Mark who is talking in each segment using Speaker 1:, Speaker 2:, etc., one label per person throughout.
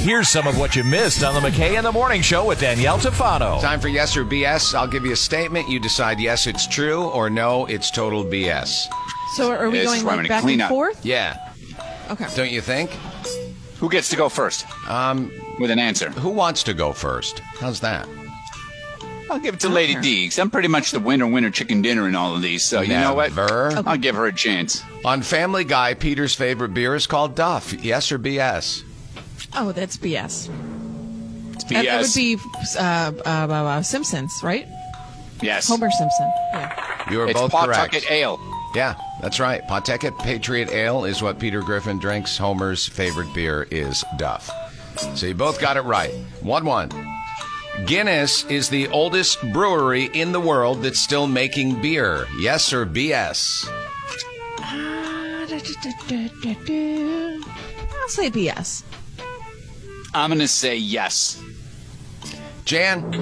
Speaker 1: Here's some of what you missed on the McKay in the Morning Show with Danielle Tafano.
Speaker 2: Time for yes or BS. I'll give you a statement. You decide yes, it's true, or no, it's total BS.
Speaker 3: So are we
Speaker 4: This is
Speaker 3: going
Speaker 4: where I'm
Speaker 3: like
Speaker 4: gonna
Speaker 3: back
Speaker 4: clean
Speaker 3: and
Speaker 4: up.
Speaker 3: forth?
Speaker 2: Yeah,
Speaker 3: Okay.
Speaker 2: don't you think?
Speaker 4: Who gets to go first? Um, with an answer.
Speaker 2: Who wants to go first? How's that?
Speaker 4: I'll give it to Lady D. i I'm pretty much the winner, winner, chicken dinner in all of these. So you know what?
Speaker 2: Never.
Speaker 4: I'll give her a chance.
Speaker 2: On Family Guy, Peter's favorite beer is called Duff. Yes or BS?
Speaker 3: Oh, that's BS.
Speaker 4: It's
Speaker 3: That-
Speaker 4: BS.
Speaker 3: That would be uh, uh, uh, uh, Simpsons, right?
Speaker 4: yes.
Speaker 3: Homer Simpson. Yeah.
Speaker 2: You are
Speaker 4: It's
Speaker 2: both
Speaker 4: Pawtucket
Speaker 2: correct.
Speaker 4: Ale.
Speaker 2: Yeah, that's right. Pawtucket Patriot Ale is what Peter Griffin drinks. Homer's favorite beer is Duff. So you both got it right. 1 1. Guinness is the oldest brewery in the world that's still making beer. Yes or BS?
Speaker 3: I'll say BS.
Speaker 4: I'm gonna say yes.
Speaker 2: Jan,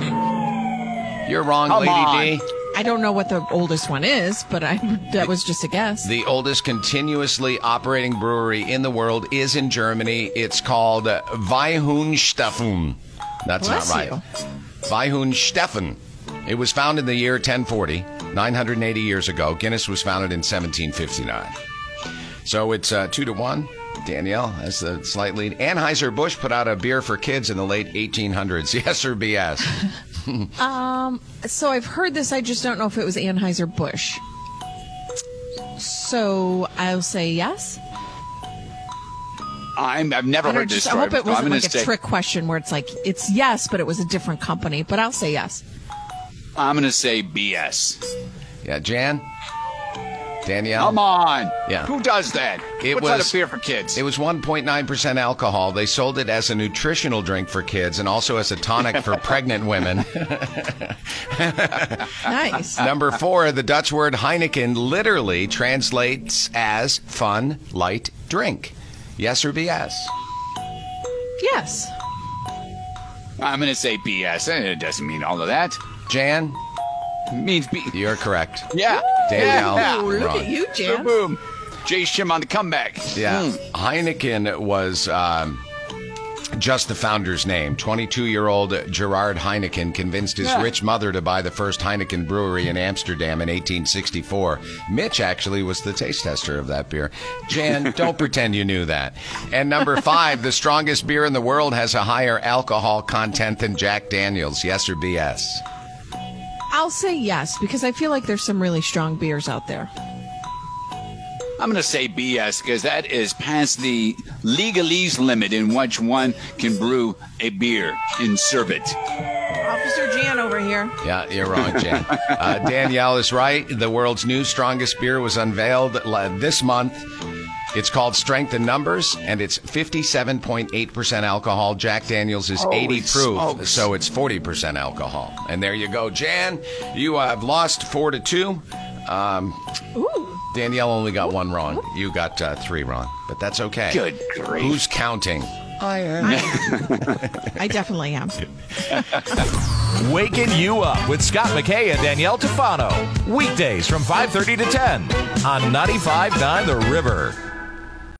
Speaker 2: you're wrong,
Speaker 4: Come
Speaker 2: Lady D.
Speaker 3: I don't know what the oldest one is, but I that was just a guess.
Speaker 2: The oldest continuously operating brewery in the world is in Germany. It's called uh, Weihunstefan. That's
Speaker 3: Bless
Speaker 2: not right.
Speaker 3: you.
Speaker 2: Weihunstefan. It was founded in the year 1040, 980 years ago. Guinness was founded in 1759. So it's uh, two to one. Danielle has the slight lead. Anheuser-Busch put out a beer for kids in the late 1800s. Yes or BS?
Speaker 3: Um, So I've heard this. I just don't know if it was Anheuser Busch. So I'll say yes.
Speaker 4: I'm, I've never
Speaker 3: I,
Speaker 4: heard
Speaker 3: don't
Speaker 4: this
Speaker 3: just, I
Speaker 4: story.
Speaker 3: hope it
Speaker 4: before.
Speaker 3: wasn't
Speaker 4: I'm gonna
Speaker 3: like a
Speaker 4: say
Speaker 3: trick question where it's like it's yes, but it was a different company. But I'll say yes.
Speaker 4: I'm gonna say BS.
Speaker 2: Yeah, Jan? Danielle?
Speaker 4: Come on.
Speaker 2: Yeah.
Speaker 4: Who does that?
Speaker 2: It
Speaker 4: What's out
Speaker 2: was-
Speaker 4: a beer for kids?
Speaker 2: It was 1.9% alcohol. They sold it as a nutritional drink for kids and also as a tonic for pregnant women.
Speaker 4: Uh,
Speaker 3: Nice.
Speaker 2: Number four, the Dutch word Heineken literally translates as fun, light drink. Yes or BS?
Speaker 3: yes.
Speaker 4: I'm gonna say BS. Eh, It doesn't mean all of that.
Speaker 2: Jan,
Speaker 4: It means B.
Speaker 2: you're correct.
Speaker 4: Yeah.
Speaker 2: Danielle.
Speaker 4: Yeah.
Speaker 3: Ooh, look
Speaker 2: wrong.
Speaker 3: at you,
Speaker 4: Boom,
Speaker 3: Jan.
Speaker 4: boom. Jay Shim on the comeback.
Speaker 2: Yeah.
Speaker 4: Mm.
Speaker 2: Heineken was um, just the founder's name. 22 year old Gerard Heineken convinced his
Speaker 4: Yeah.
Speaker 2: rich mother to buy the first Heineken brewery in Amsterdam in 1864. Mitch actually was the taste tester of that beer. Jan, don't pretend you knew that. And number five, the strongest beer in the world has a higher alcohol content than Jack Daniels. Yes or BS?
Speaker 3: I'll say yes because I feel like there's some really strong beers out there.
Speaker 4: I'm going to say BS because that is past the legalese limit in which one can brew a beer and serve it.
Speaker 3: Officer Jan over here.
Speaker 2: Yeah, you're wrong, Jan. uh, Danielle is right. The world's new strongest beer was unveiled la- this month. It's called Strength in Numbers, and it's 57.8% alcohol. Jack Daniels is 80 proof, so it's 40% alcohol. And there you go, Jan. You have lost four to two. Um,
Speaker 3: Ooh.
Speaker 2: Danielle only got one wrong. You got uh, three wrong, but that's okay.
Speaker 4: Good grief.
Speaker 2: Who's counting?
Speaker 3: I definitely am.
Speaker 1: Waking you up with Scott McKay and Danielle Tafano. Weekdays from 5.30 to 10 on 95.9 The River.